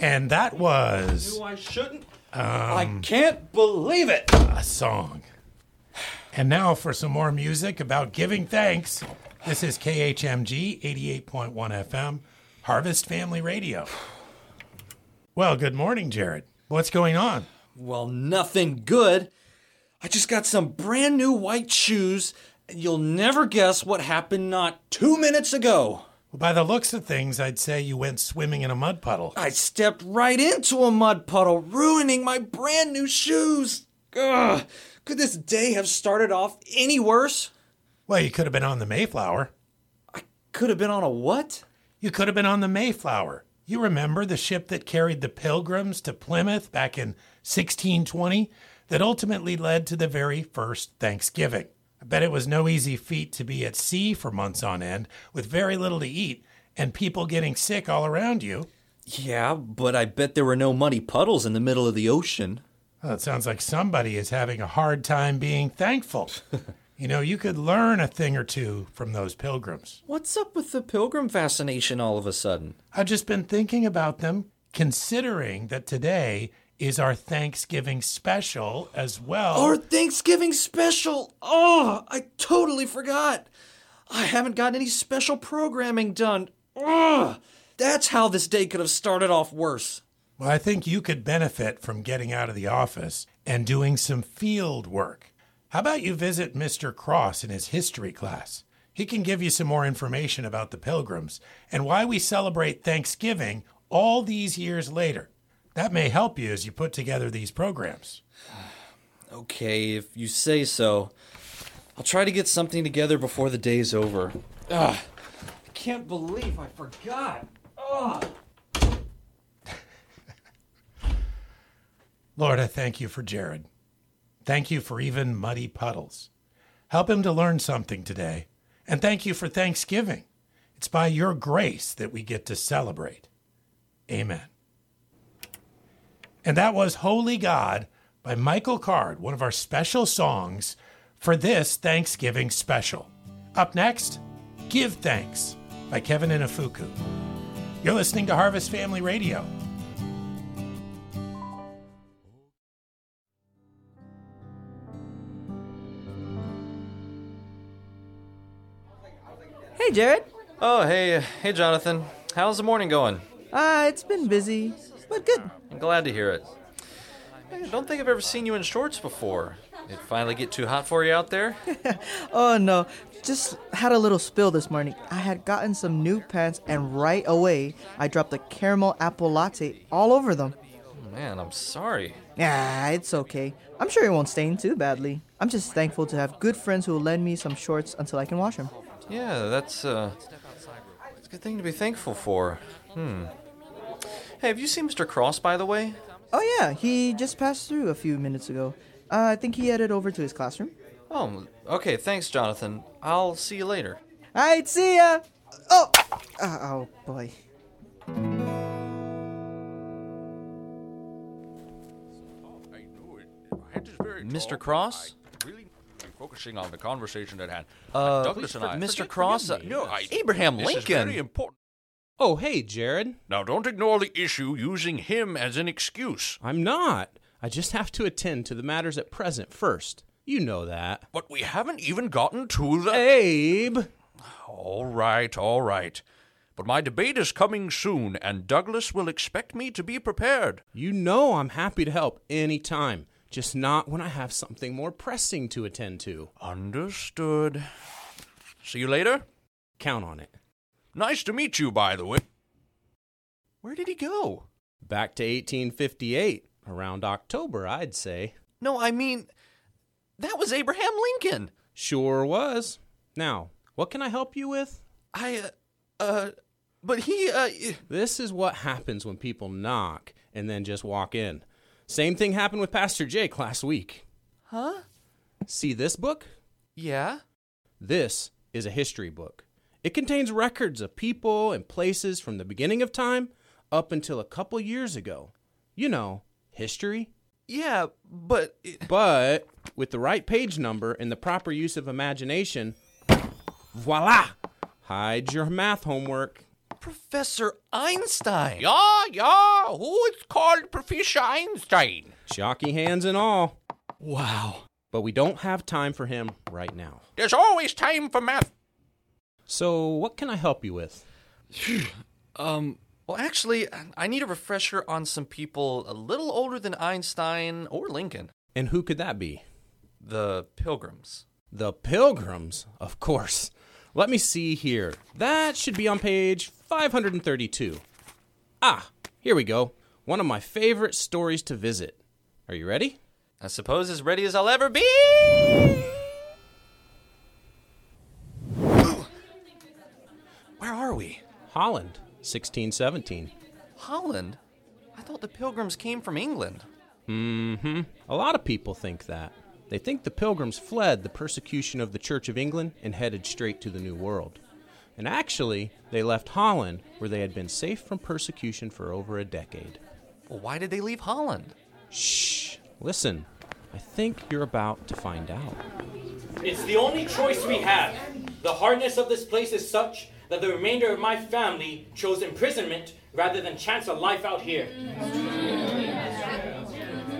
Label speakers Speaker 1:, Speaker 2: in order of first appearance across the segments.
Speaker 1: And that was
Speaker 2: Knew I shouldn't. I can't believe it.
Speaker 1: a song. And now for some more music about giving thanks. This is KHMG 88.1 FM, Harvest Family Radio. Well, good morning, Jared. What's going on?
Speaker 2: Well, nothing good. I just got some brand new white shoes, and you'll never guess what happened not two minutes ago.
Speaker 1: By the looks of things, I'd say you went swimming in a mud puddle.
Speaker 2: I stepped right into a mud puddle, ruining my brand new shoes. Ugh. Could this day have started off any worse?
Speaker 1: Well, you could have been on the Mayflower.
Speaker 2: Could have been on a what?
Speaker 1: You could have been on the Mayflower. You remember the ship that carried the pilgrims to Plymouth back in 1620 that ultimately led to the very first Thanksgiving. I bet it was no easy feat to be at sea for months on end with very little to eat and people getting sick all around you.
Speaker 2: Yeah, but I bet there were no muddy puddles in the middle of the ocean.
Speaker 1: Well, it sounds like somebody is having a hard time being thankful. you know, you could learn a thing or two from those pilgrims.
Speaker 2: What's up with the pilgrim fascination all of a sudden?
Speaker 1: I've just been thinking about them, considering that today is our Thanksgiving special as well.
Speaker 2: Our Thanksgiving special! Oh, I totally forgot. I haven't got any special programming done. Ugh. That's how this day could have started off worse.
Speaker 1: well, I think you could benefit from getting out of the office and doing some field work. How about you visit Mr. Cross in his history class? He can give you some more information about the pilgrims and why we celebrate Thanksgiving all these years later. That may help you as you put together these programs.
Speaker 2: Okay, if you say so. I'll try to get something together before the day's over. Ugh. I can't believe I forgot. Ugh.
Speaker 1: Lord, I thank you for Jared. Thank you for even muddy puddles. Help him to learn something today. And thank you for Thanksgiving. It's by your grace that we get to celebrate. Amen. And that was Holy God by Michael Card, one of our special songs for this Thanksgiving special. Up next, Give Thanks by Kevin Inafuku. You're listening to Harvest Family Radio.
Speaker 3: Hey, Jared.
Speaker 2: Oh, hey, uh, hey, Jonathan. How's the morning going?
Speaker 3: Uh, it's been busy, but good.
Speaker 2: I'm glad to hear it. I don't think I've ever seen you in shorts before. Did it finally get too hot for you out there?
Speaker 3: Oh no, just had a little spill this morning. I had gotten some new pants, and right away I dropped a caramel apple latte all over them.
Speaker 2: Man, I'm sorry.
Speaker 3: Nah, it's okay. I'm sure it won't stain too badly. I'm just thankful to have good friends who will lend me some shorts until I can wash them.
Speaker 2: Yeah, that's uh, it's a good thing to be thankful for. Hmm. Hey, have you seen Mr. Cross, by the way?
Speaker 3: Oh yeah, he just passed through a few minutes ago. Uh, I think he headed over to his classroom.
Speaker 2: Oh, okay. Thanks, Jonathan. I'll see you later.
Speaker 3: Alright, see ya. Oh, oh boy.
Speaker 2: Mr. Cross?
Speaker 4: Really am focusing on the conversation at hand.
Speaker 2: Uh,
Speaker 4: Douglas and I-
Speaker 2: Mr.
Speaker 4: forgive
Speaker 2: Cross,
Speaker 4: me.
Speaker 2: uh,
Speaker 4: no, I,
Speaker 2: Abraham
Speaker 4: this is
Speaker 2: Lincoln.
Speaker 4: very important.
Speaker 5: Oh, hey, Jared.
Speaker 4: Now, don't ignore the issue using him as an excuse.
Speaker 5: I'm not. I just have to attend to the matters at present first. You know that.
Speaker 4: But we haven't even gotten to the.
Speaker 5: Abe!
Speaker 4: All right, all right. But my debate is coming soon, and Douglas will expect me to be prepared.
Speaker 5: You know I'm happy to help any time, just not when I have something more pressing to attend to.
Speaker 4: Understood. See you later.
Speaker 5: Count on it.
Speaker 4: Nice to meet you, by the way.
Speaker 2: Where did he go?
Speaker 5: Back to 1858, around October, I'd say.
Speaker 2: No, I mean, that was Abraham Lincoln.
Speaker 5: Sure was. Now, what can I help you with?
Speaker 2: I, uh, uh but he, uh, eh,
Speaker 5: This is what happens when people knock and then just walk in. Same thing happened with Pastor Jake last week.
Speaker 2: huh?
Speaker 5: See this book?
Speaker 2: Yeah.
Speaker 5: This is a history book. It contains records of people and places from the beginning of time up until a couple years ago. You know, history.
Speaker 2: Yeah, but eh,
Speaker 5: But with the right page number and the proper use of imagination, voila! Hide your math homework.
Speaker 2: Professor Einstein.
Speaker 4: Yeah, yeah. Who is called Professor Einstein?
Speaker 5: Shocky hands and all.
Speaker 2: Wow.
Speaker 5: But we don't have time for him right now.
Speaker 4: There's always time for math.
Speaker 5: So, what can I help you with?
Speaker 2: Um, well, actually, I need a refresher on some people a little older than Einstein or Lincoln.
Speaker 5: And who could that be?
Speaker 2: The Pilgrims.
Speaker 5: The Pilgrims, of course. Let me see here. That should be on page 532. Ah, here we go. One of my favorite stories to visit. Are you ready?
Speaker 2: I suppose as ready as I'll ever be. Where are we?
Speaker 5: Holland, 1617.
Speaker 2: Holland? I thought the Pilgrims came from England.
Speaker 5: A lot of people think that. They think the Pilgrims fled the persecution of the Church of England and headed straight to the New World. And actually, they left Holland, where they had been safe from persecution for over a decade.
Speaker 2: Well, why did they leave Holland?
Speaker 5: Shh, listen. I think you're about to find out.
Speaker 6: It's the only choice we have. The hardness of this place is such that the remainder of my family chose imprisonment rather than chance a life out here.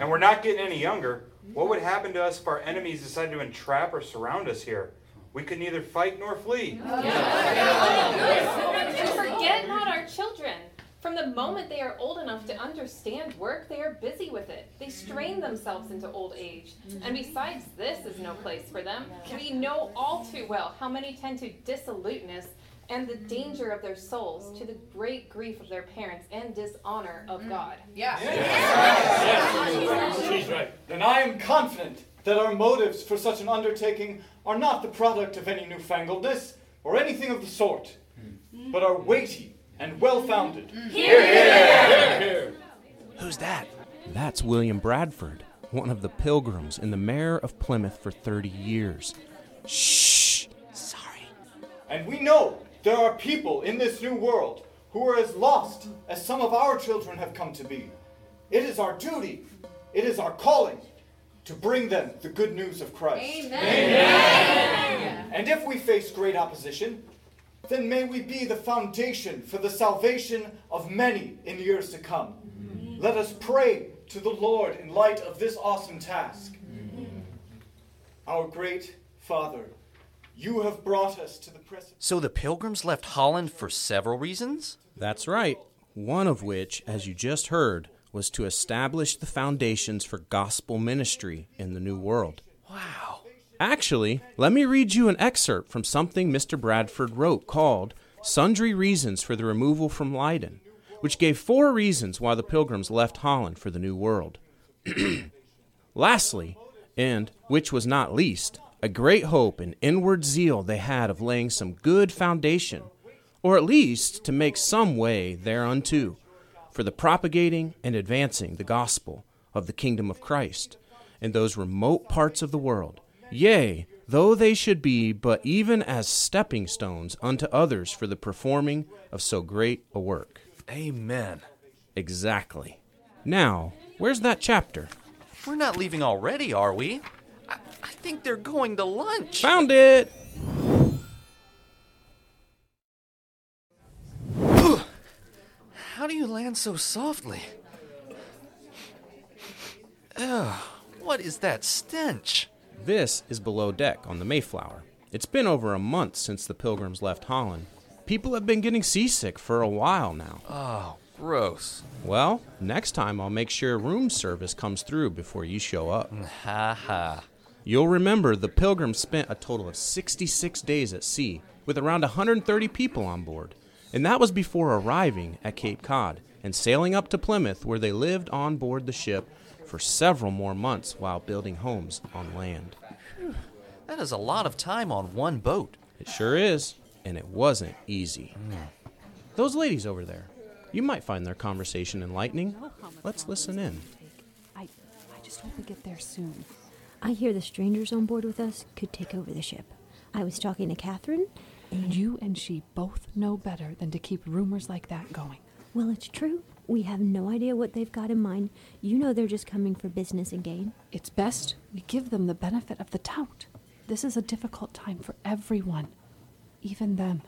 Speaker 7: And we're not getting any younger. What would happen to us if our enemies decided to entrap or surround us here? We could neither fight nor flee.
Speaker 8: And forget not our children. From the moment they are old enough to understand work, they are busy with it. They strain themselves into old age. And besides, this is no place for them. We know all too well how many tend to dissoluteness and the danger of their souls to the great grief of their parents and dishonor of God.
Speaker 9: She's right. Then I am confident that our motives for such an undertaking are not the product of any newfangledness or anything of the sort, but are weighty and well founded.
Speaker 2: Who's that?
Speaker 5: That's William Bradford, one of the Pilgrims and the mayor of Plymouth for 30 years. Shh!
Speaker 2: Sorry.
Speaker 9: And we know there are people in this new world who are as lost as some of our children have come to be. It is our duty, it is our calling to bring them the good news of Christ. And if we face great opposition, then may we be the foundation for the salvation of many in years to come. Let us pray to the Lord in light of this awesome task. Our great Father, you have brought us to the precipice.
Speaker 2: So the Pilgrims left Holland for several reasons?
Speaker 5: That's right. One of which, as you just heard, was to establish the foundations for gospel ministry in the New World.
Speaker 2: Wow.
Speaker 5: Actually, let me read you an excerpt from something Mr. Bradford wrote called Sundry Reasons for the Removal from Leyden, which gave four reasons why the pilgrims left Holland for the New World. Lastly, and which was not least, a great hope and inward zeal they had of laying some good foundation, or at least to make some way thereunto, for the propagating and advancing the gospel of the kingdom of Christ in those remote parts of the world. Yea, though they should be but even as stepping stones unto others for the performing of so great a work.
Speaker 2: Amen.
Speaker 5: Exactly. Now, where's that chapter?
Speaker 2: We're not leaving already, are we? I, I think they're going to lunch.
Speaker 5: Found it!
Speaker 2: How do you land so softly? Ugh, what is that stench?
Speaker 5: This is below deck on the Mayflower. It's been over a month since the pilgrims left Holland. People have been getting seasick for a while now.
Speaker 2: Gross.
Speaker 5: Well, next time I'll make sure room service comes through before you show up.
Speaker 2: Ha ha.
Speaker 5: You'll remember the pilgrims spent a total of 66 days at sea with around 130 people on board, and that was before arriving at Cape Cod and sailing up to Plymouth where they lived on board the ship for several more months while building homes on land.
Speaker 2: That is a lot of time on one boat.
Speaker 5: It sure is, and it wasn't easy. Those ladies over there, you might find their conversation enlightening. Let's listen in.
Speaker 10: I, I just hope we get there soon. I hear the strangers on board with us could take over the ship. I was talking to Catherine, and
Speaker 11: You and she both know better than to keep rumors like that going.
Speaker 10: well, it's true. We have no idea what they've got in mind. You know they're just coming for business and gain.
Speaker 11: It's best we give them the benefit of the doubt. This is a difficult time for everyone, even them.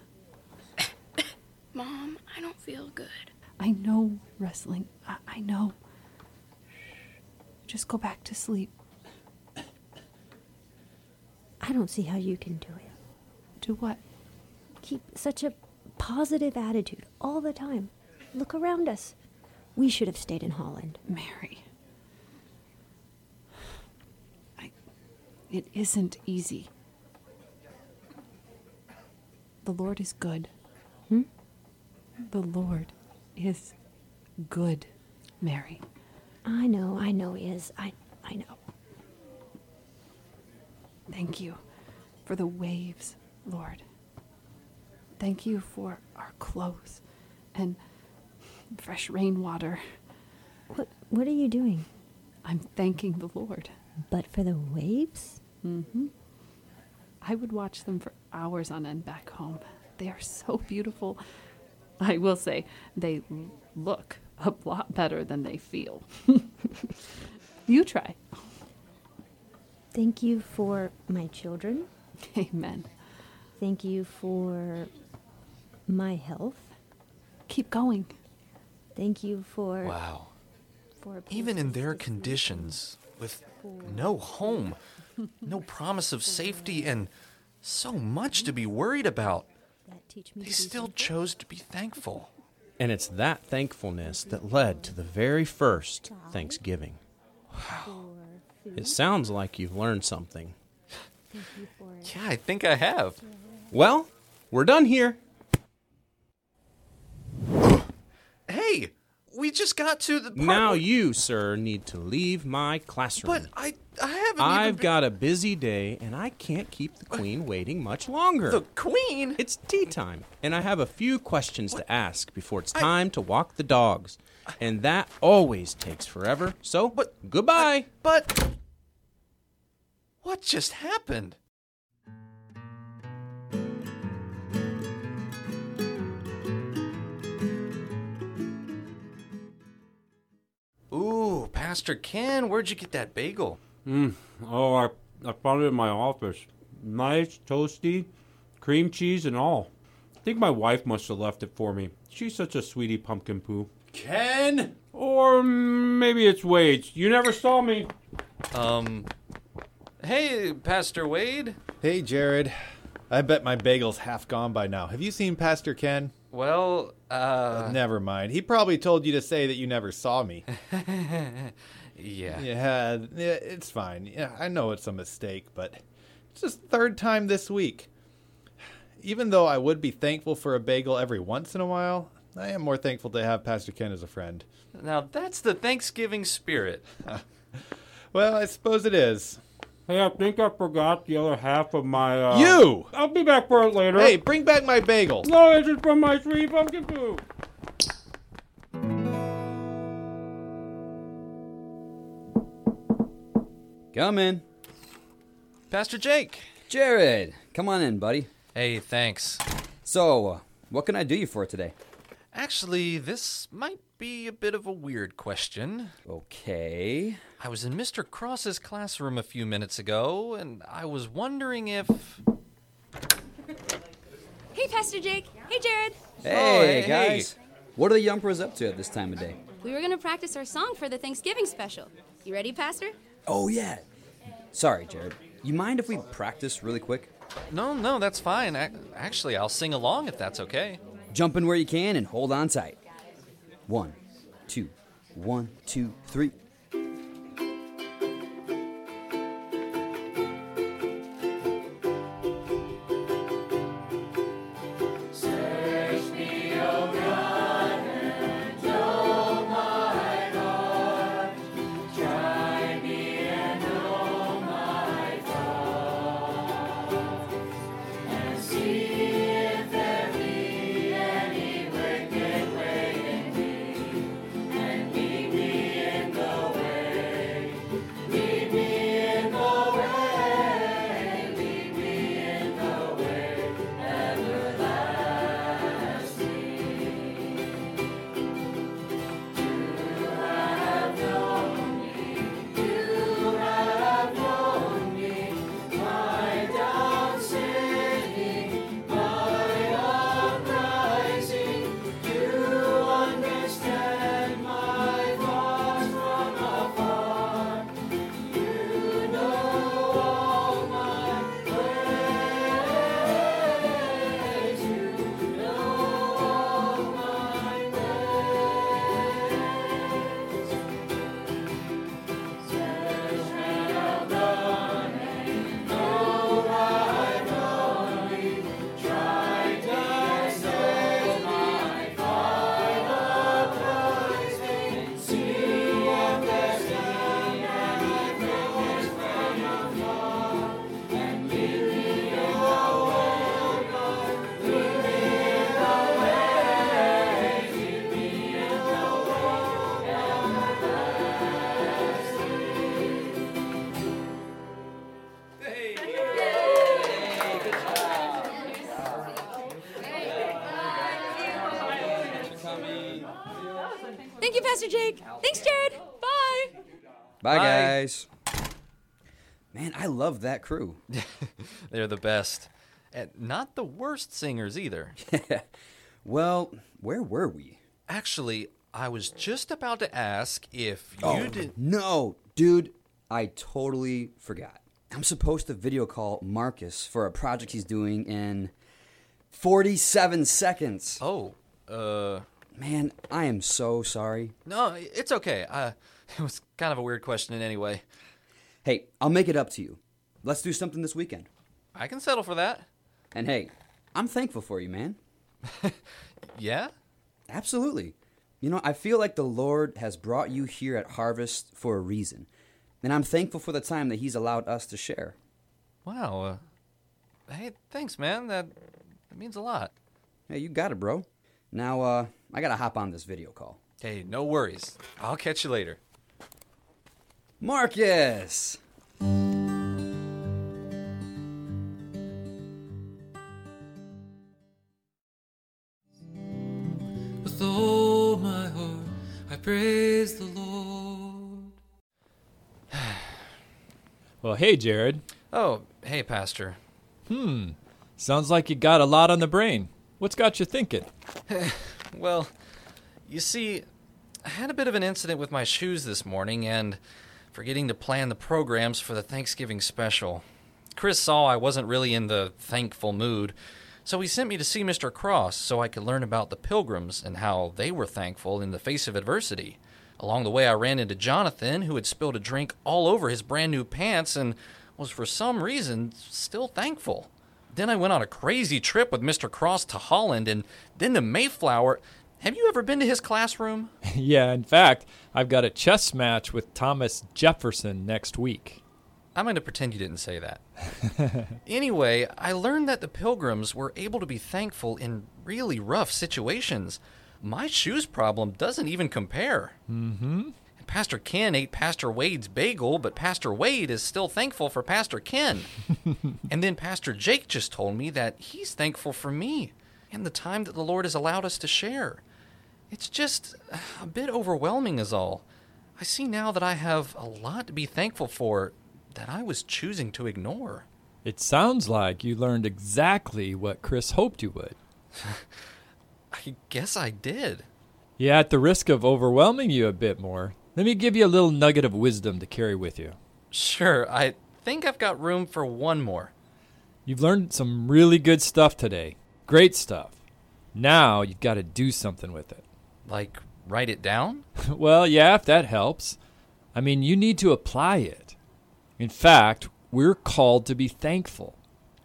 Speaker 12: Mom, I don't feel good.
Speaker 13: I know wrestling. I, I know. Just go back to sleep.
Speaker 14: I don't see how you can do it.
Speaker 13: Do what?
Speaker 14: Keep such a positive attitude all the time. Look around us. We should have stayed in Holland.
Speaker 13: Mary. It isn't easy. The Lord is good.
Speaker 14: Hmm?
Speaker 13: The Lord is good, Mary.
Speaker 14: I know, I know he is. I, I know.
Speaker 13: Thank you for the waves, Lord. Thank you for our clothes and fresh rainwater.
Speaker 14: What, what are you doing?
Speaker 13: I'm thanking the Lord.
Speaker 14: But for the waves?
Speaker 13: Mm-hmm. I would watch them for hours on end back home. They are so beautiful. I will say, they l- look a lot better than they feel. you try.
Speaker 14: Thank you for my children.
Speaker 13: Amen.
Speaker 14: Thank you for my health.
Speaker 13: Keep going.
Speaker 14: Thank you for.
Speaker 2: Wow.
Speaker 14: For a
Speaker 2: Even in
Speaker 14: place to
Speaker 2: their
Speaker 14: sleep.
Speaker 2: conditions, with no home, no promise of safety, and so much to be worried about,
Speaker 14: That teach me to
Speaker 2: they
Speaker 14: be
Speaker 2: still chose to be thankful.
Speaker 5: And it's that thankfulness that led to the very first Thanksgiving. It sounds like you've learned something.
Speaker 2: Yeah, I think I have.
Speaker 5: Well, we're done here.
Speaker 2: Hey, we just got to the part
Speaker 5: Now
Speaker 2: where-
Speaker 5: you, sir, need to leave my
Speaker 2: But
Speaker 5: classroom.
Speaker 2: I, I haven't
Speaker 5: I've
Speaker 2: even.
Speaker 5: got a busy day and I can't keep the queen waiting much longer.
Speaker 2: The queen?
Speaker 5: It's tea time, and I have a few questions to ask before it's time to walk the dogs. And that always takes forever. So, goodbye.
Speaker 2: But what just happened? Ooh, Pastor Ken, where'd you get that bagel?
Speaker 15: Mm. Oh, I, I found it in my office. Nice, toasty, cream cheese and all. I think my wife must have left it for me. She's such a sweetie pumpkin poo.
Speaker 2: Ken?
Speaker 15: Or maybe it's Wade's. You never saw me.
Speaker 2: Um. Hey, Pastor Wade.
Speaker 7: Hey, Jared. I bet my bagel's half gone by now. Have you seen Pastor Ken?
Speaker 2: Well, uh.
Speaker 7: Never mind. He probably told you to say that you never saw me.
Speaker 2: yeah.
Speaker 7: Yeah, th- yeah, it's fine. Yeah, I know it's a mistake, but it's just the third time this week. Even though I would be thankful for a bagel every once in a while, I am more thankful to have Pastor Ken as a friend.
Speaker 2: Now that's the Thanksgiving spirit.
Speaker 7: Well, I suppose it is.
Speaker 15: Hey, I think I forgot the other half of my. Uh,
Speaker 7: You!
Speaker 15: I'll be back for it later.
Speaker 7: Hey, bring back my bagel.
Speaker 15: No, it's just from my sweetie pumpkin poo.
Speaker 16: Come in.
Speaker 2: Pastor Jake.
Speaker 16: Jared, come on in, buddy.
Speaker 2: Hey, thanks.
Speaker 16: So, uh, what can I do you for today?
Speaker 2: Actually, this might be a bit of a weird question.
Speaker 16: Okay.
Speaker 2: I was in Mr. Cross's classroom a few minutes ago, and I was wondering if.
Speaker 17: Hey, Pastor Jake. Hey, Jared.
Speaker 16: Hey,
Speaker 2: hey.
Speaker 16: guys. What are the Yumperas up to at this time of day?
Speaker 17: We were going to practice our song for the Thanksgiving special. You ready, Pastor?
Speaker 16: Oh, yeah. Sorry, Jared. You mind if we practice really quick?
Speaker 2: No, no, that's fine. Ac actually, I'll sing along if that's okay.
Speaker 16: Jump in where you can and hold on tight. One, two, one, two, three.
Speaker 12: And lead me in the
Speaker 9: Thank you, Pastor Jake. Thanks, Jared. Bye.
Speaker 5: Bye,
Speaker 2: Bye.
Speaker 5: guys. Man, I love that crew.
Speaker 2: They're the best. And not the worst singers either.
Speaker 5: well, where were we?
Speaker 2: Actually, I was just about to ask if you
Speaker 5: Oh,
Speaker 2: did.
Speaker 5: no, dude, I totally forgot. I'm supposed to video call Marcus for a project he's doing in 47 seconds.
Speaker 2: Oh, uh.
Speaker 5: Man, I am so sorry.
Speaker 2: No, it's okay. Uh, it was kind of a weird question anyway.
Speaker 5: Hey, I'll make it up to you. Let's do something this weekend.
Speaker 2: I can settle for that.
Speaker 5: And hey, I'm thankful for you, man.
Speaker 2: yeah?
Speaker 5: Absolutely. You know, I feel like the Lord has brought you here at Harvest for a reason. And I'm thankful for the time that He's allowed us to share.
Speaker 2: Wow. Uh, hey, thanks, man. That, that means a lot.
Speaker 5: Hey, you got it, bro. Now, uh, I gotta hop on this video call.
Speaker 2: Hey, no worries. I'll catch you later.
Speaker 5: Marcus!
Speaker 18: With all my heart, I praise the Lord.
Speaker 6: Well, hey, Jared.
Speaker 2: Oh, hey, Pastor.
Speaker 6: Hmm. Sounds like you got a lot on the brain. What's got you thinking?
Speaker 2: Well, you see, I had a bit of an incident with my shoes this morning and forgetting to plan the programs for the Thanksgiving special. Chris saw I wasn't really in the thankful mood, so he sent me to see Mr. Cross so I could learn about the pilgrims and how they were thankful in the face of adversity. Along the way, I ran into Jonathan, who had spilled a drink all over his brand new pants and was for some reason still thankful. Then I went on a crazy trip with Mr. Cross to Holland and then to Mayflower. Have you ever been to his classroom?
Speaker 6: yeah, in fact, I've got a chess match with Thomas Jefferson next week.
Speaker 2: I'm going to pretend you didn't say that. anyway, I learned that the pilgrims were able to be thankful in really rough situations. My shoes problem doesn't even compare.
Speaker 6: Mm-hmm.
Speaker 2: And Pastor Ken ate Pastor Wade's bagel, but Pastor Wade is still thankful for Pastor Ken. and then Pastor Jake just told me that he's thankful for me and the time that the Lord has allowed us to share. It's just uh, a bit overwhelming, is all. I see now that I have a lot to be thankful for that I was choosing to ignore.
Speaker 6: It sounds like you learned exactly what Chris hoped you would.
Speaker 2: I guess I did.
Speaker 6: Yeah, at the risk of overwhelming you a bit more, let me give you a little nugget of wisdom to carry with you.
Speaker 2: Sure, I think I've got room for one more.
Speaker 6: You've learned some really good stuff today. Great stuff. Now you've got to do something with it.
Speaker 2: Like, write it down?
Speaker 6: well, yeah, if that helps. I mean, you need to apply it. In fact, we're called to be thankful.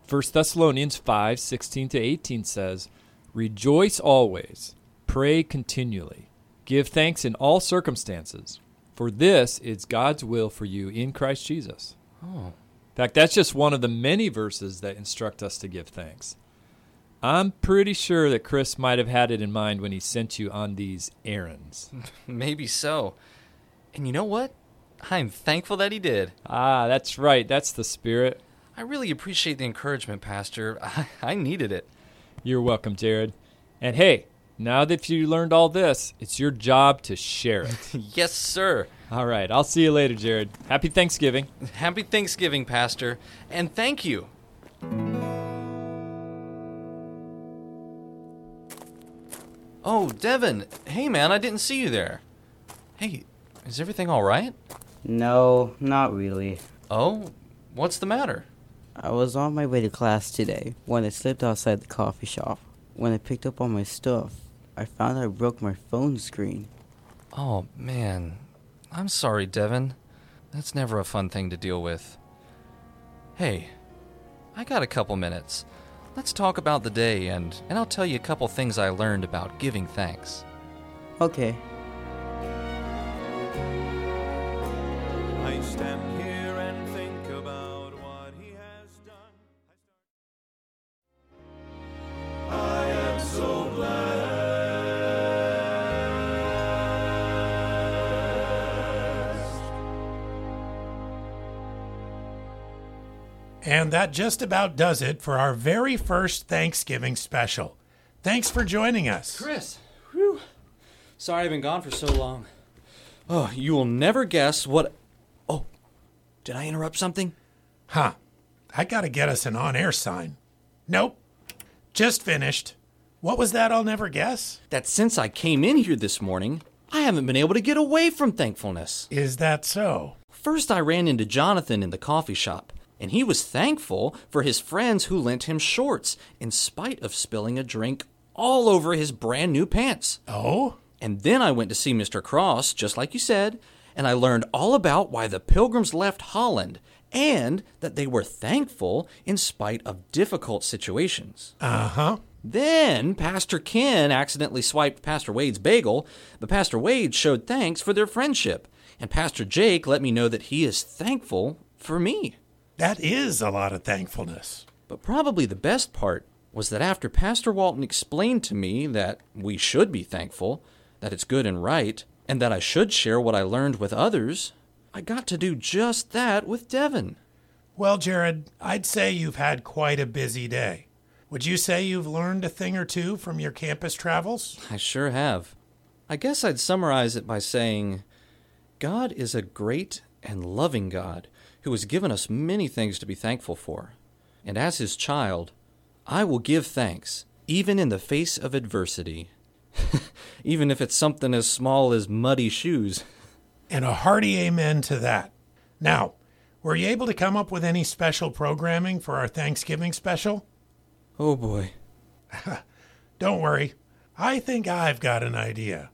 Speaker 6: 1 Thessalonians 5 16 to 18 says, Rejoice always, pray continually, give thanks in all circumstances, for this is God's will for you in Christ Jesus.
Speaker 2: Oh.
Speaker 6: In fact, that's just one of the many verses that instruct us to give thanks. I'm pretty sure that Chris might have had it in mind when he sent you on these errands.
Speaker 2: Maybe so. And you know what? I'm thankful that he did.
Speaker 6: Ah, that's right. That's the spirit.
Speaker 2: I really appreciate the encouragement, Pastor. I, I needed it.
Speaker 6: You're welcome, Jared. And hey, now that you learned all this, it's your job to share it.
Speaker 2: yes, sir.
Speaker 6: All right. I'll see you later, Jared. Happy Thanksgiving.
Speaker 2: Happy Thanksgiving, Pastor, and thank you. Oh, Devin. Hey, man, I didn't see you there. Hey, is everything all right?
Speaker 3: No, not really.
Speaker 2: Oh, what's the matter?
Speaker 3: I was on my way to class today when I slipped outside the coffee shop. When I picked up all my stuff, I found I broke my phone screen.
Speaker 2: Oh, man. I'm sorry, Devin. That's never a fun thing to deal with. Hey, I got a couple minutes. Let's talk about the day and and I'll tell you a couple things I learned about giving thanks.
Speaker 3: Okay.
Speaker 4: I stand here and think about what he has done. I am so blessed.
Speaker 1: And that just about does it for our very first Thanksgiving special. Thanks for joining us.
Speaker 2: Chris, Sorry I've been gone for so long. Oh, you will never guess what. Oh, did I interrupt something?
Speaker 1: Huh. I gotta get us an on air sign. Nope. Just finished. What was that I'll never guess?
Speaker 2: That since I came in here this morning, I haven't been able to get away from thankfulness.
Speaker 1: Is that so?
Speaker 2: First, I ran into Jonathan in the coffee shop, and he was thankful for his friends who lent him shorts in spite of spilling a drink all over his brand new pants.
Speaker 1: Oh?
Speaker 2: And then I went to see Mr. Cross, just like you said, and I learned all about why the pilgrims left Holland and that they were thankful in spite of difficult situations.
Speaker 1: Uh huh.
Speaker 2: Then Pastor Ken accidentally swiped Pastor Wade's bagel, but Pastor Wade showed thanks for their friendship. And Pastor Jake let me know that he is thankful for me.
Speaker 1: That is a lot of thankfulness.
Speaker 2: But probably the best part was that after Pastor Walton explained to me that we should be thankful, that it's good and right, and that I should share what I learned with others, I got to do just that with Devin.
Speaker 1: Well, Jared, I'd say you've had quite a busy day. Would you say you've learned a thing or two from your campus travels?
Speaker 2: I sure have. I guess I'd summarize it by saying God is a great and loving God who has given us many things to be thankful for. And as his child, I will give thanks, even in the face of adversity, even if it's something as small as muddy shoes.
Speaker 1: And a hearty amen to that. Now, were you able to come up with any special programming for our Thanksgiving special?
Speaker 2: Oh boy.
Speaker 1: Don't worry. I think I've got an idea.